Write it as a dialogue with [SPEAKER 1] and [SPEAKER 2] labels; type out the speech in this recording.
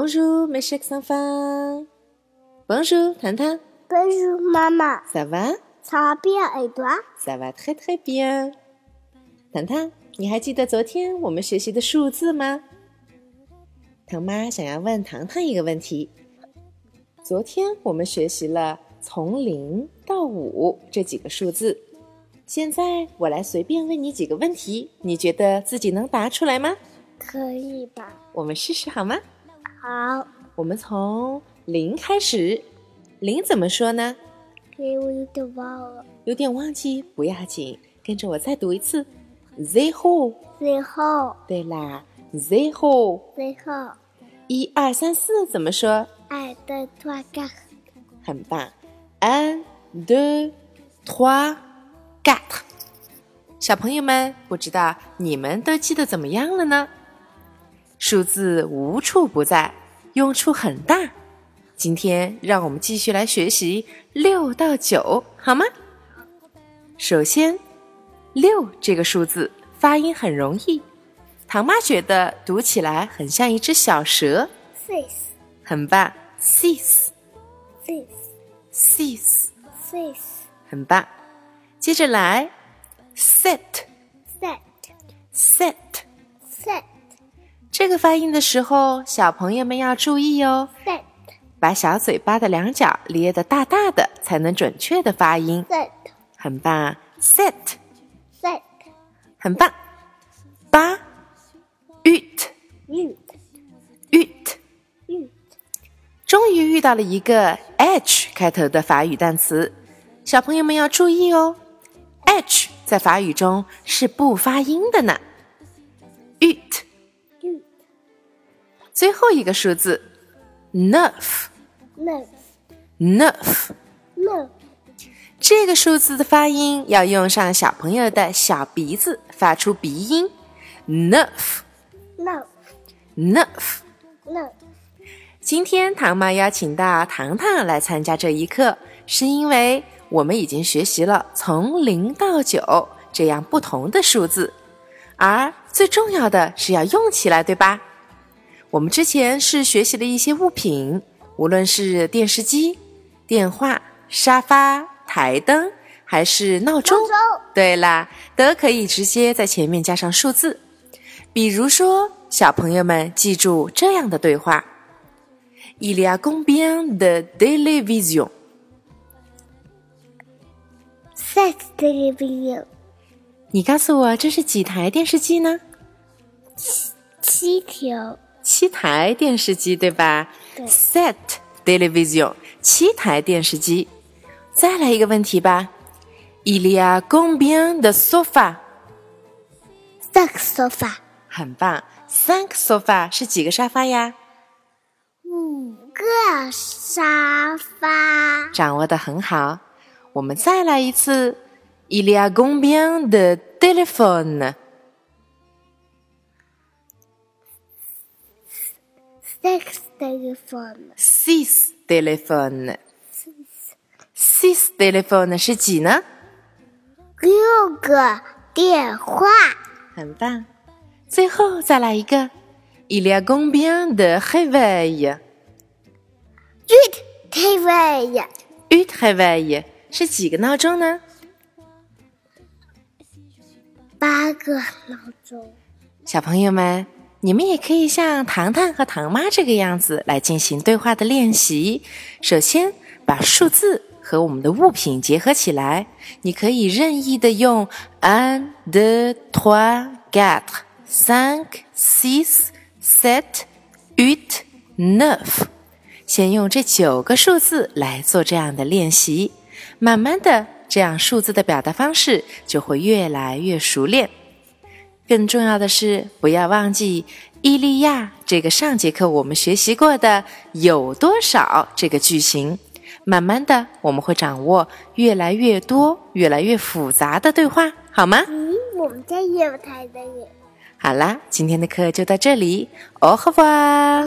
[SPEAKER 1] Monsieur Xanfan。Bonjour，糖糖。
[SPEAKER 2] Bonjour，妈妈。
[SPEAKER 1] Ça va?
[SPEAKER 2] Ça va bien et toi?
[SPEAKER 1] Ça va très très bien。糖糖，你还记得昨天我们学习的数字吗？糖妈想要问糖糖一个问题。昨天我们学习了从零到五这几个数字，现在我来随便问你几个问题，你觉得自己能答出来吗？
[SPEAKER 2] 可以吧？
[SPEAKER 1] 我们试试好吗？
[SPEAKER 2] 好，
[SPEAKER 1] 我们从零开始，零怎么说呢？
[SPEAKER 2] 给我有点忘了。
[SPEAKER 1] 有点忘记，不要紧，跟着我再读一次。zero，
[SPEAKER 2] 最后，
[SPEAKER 1] 对啦，zero，
[SPEAKER 2] 最后，
[SPEAKER 1] 一二三四怎么说？
[SPEAKER 2] 爱的trois quatre
[SPEAKER 1] 很棒。un deux trois quatre，小朋友们，不知道你们都记得怎么样了呢？数字无处不在，用处很大。今天让我们继续来学习六到九，好吗？首先，六这个数字发音很容易，唐妈觉得读起来很像一只小蛇，
[SPEAKER 2] six
[SPEAKER 1] 很棒。six
[SPEAKER 2] six
[SPEAKER 1] six，
[SPEAKER 2] six
[SPEAKER 1] 很棒。接着来，set
[SPEAKER 2] set
[SPEAKER 1] set，
[SPEAKER 2] set
[SPEAKER 1] 这个发音的时候，小朋友们要注意哦，
[SPEAKER 2] set
[SPEAKER 1] 把小嘴巴的两角咧得大大的，才能准确的发音。
[SPEAKER 2] set
[SPEAKER 1] 很棒，set，啊
[SPEAKER 2] set
[SPEAKER 1] 很棒。八，ut
[SPEAKER 2] u
[SPEAKER 1] ut，
[SPEAKER 2] u
[SPEAKER 1] 终于遇到了一个 h 开头的法语单词，小朋友们要注意哦，h 在法语中是不发音的呢。ut，
[SPEAKER 2] u
[SPEAKER 1] 最后一个数字 n e u f
[SPEAKER 2] love
[SPEAKER 1] n e u f
[SPEAKER 2] love
[SPEAKER 1] 这个数字的发音要用上小朋友的小鼻子发出鼻音 n e u f
[SPEAKER 2] love
[SPEAKER 1] n e u f
[SPEAKER 2] love
[SPEAKER 1] 今天唐妈邀请到糖糖来参加这一课，是因为我们已经学习了从零到九这样不同的数字，而最重要的是要用起来，对吧？我们之前是学习了一些物品，无论是电视机、电话、沙发、台灯，还是闹钟。
[SPEAKER 2] 闹钟
[SPEAKER 1] 对啦，都可以直接在前面加上数字。比如说，小朋友们记住这样的对话：Il y a combien de télévision？
[SPEAKER 2] set television
[SPEAKER 1] 你告诉我这是几台电视机呢？
[SPEAKER 2] 七条
[SPEAKER 1] 七台电视机，对吧
[SPEAKER 2] 对
[SPEAKER 1] s e t télévision，七台电视机。再来一个问题吧：Il y a combien de sofa？
[SPEAKER 2] 三个 sofa
[SPEAKER 1] 很棒，三个 sofa 是几个沙发呀？
[SPEAKER 2] 五个沙发
[SPEAKER 1] 掌握的很好。我们再来一次，Il y a combien de téléphones？
[SPEAKER 2] six telephone
[SPEAKER 1] Six téléphones。Six téléphones 是几呢？
[SPEAKER 2] 六个电话
[SPEAKER 1] 很棒。最后再来一个，Il y a combien de réveils？
[SPEAKER 2] ，read TV
[SPEAKER 1] Huit réveils 是几个闹钟呢？
[SPEAKER 2] 八个闹钟。
[SPEAKER 1] 小朋友们，你们也可以像糖糖和糖妈这个样子来进行对话的练习。首先，把数字和我们的物品结合起来，你可以任意的用 un, deux, trois, quatre, cinq, six, sept, huit, neuf。先用这九个数字来做这样的练习，慢慢的，这样数字的表达方式就会越来越熟练。更重要的是，不要忘记“伊利亚”这个上节课我们学习过的“有多少”这个句型。慢慢的，我们会掌握越来越多、越来越复杂的对话，好吗？
[SPEAKER 2] 嗯，我们家也有台灯耶。
[SPEAKER 1] 好啦，今天的课就到这里，哦呵吧。